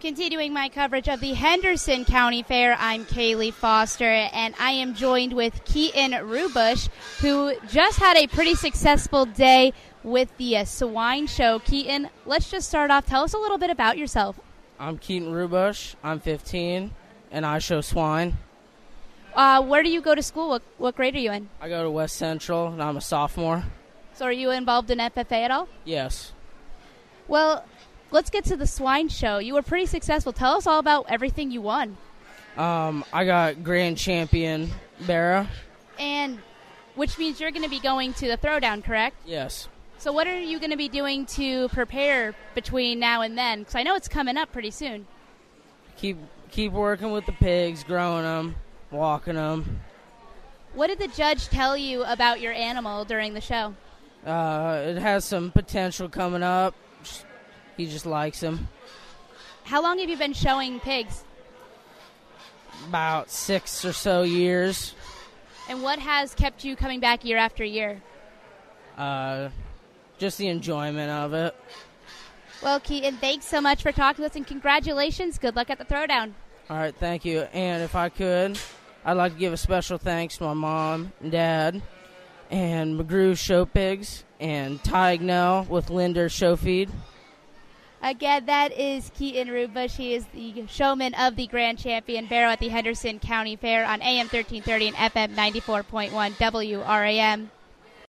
Continuing my coverage of the Henderson County Fair, I'm Kaylee Foster, and I am joined with Keaton Rubush, who just had a pretty successful day with the uh, swine show. Keaton, let's just start off. Tell us a little bit about yourself. I'm Keaton Rubush. I'm 15, and I show swine. Uh, where do you go to school? What, what grade are you in? I go to West Central, and I'm a sophomore. So, are you involved in FFA at all? Yes. Well, let's get to the swine show. You were pretty successful. Tell us all about everything you won. Um, I got grand champion Barra. And which means you're going to be going to the throwdown, correct? Yes. So, what are you going to be doing to prepare between now and then? Because I know it's coming up pretty soon. Keep keep working with the pigs, growing them, walking them. What did the judge tell you about your animal during the show? Uh, it has some potential coming up. Just- he just likes them. How long have you been showing pigs? About six or so years. And what has kept you coming back year after year? Uh, just the enjoyment of it. Well, Keaton, thanks so much for talking to us and congratulations. Good luck at the throwdown. All right, thank you. And if I could, I'd like to give a special thanks to my mom and dad and McGrew Show Pigs and Ty Ignell with Linder Show Feed. Again, that is Keaton Rubush. He is the showman of the Grand Champion Barrow at the Henderson County Fair on AM 1330 and FM 94.1 WRAM.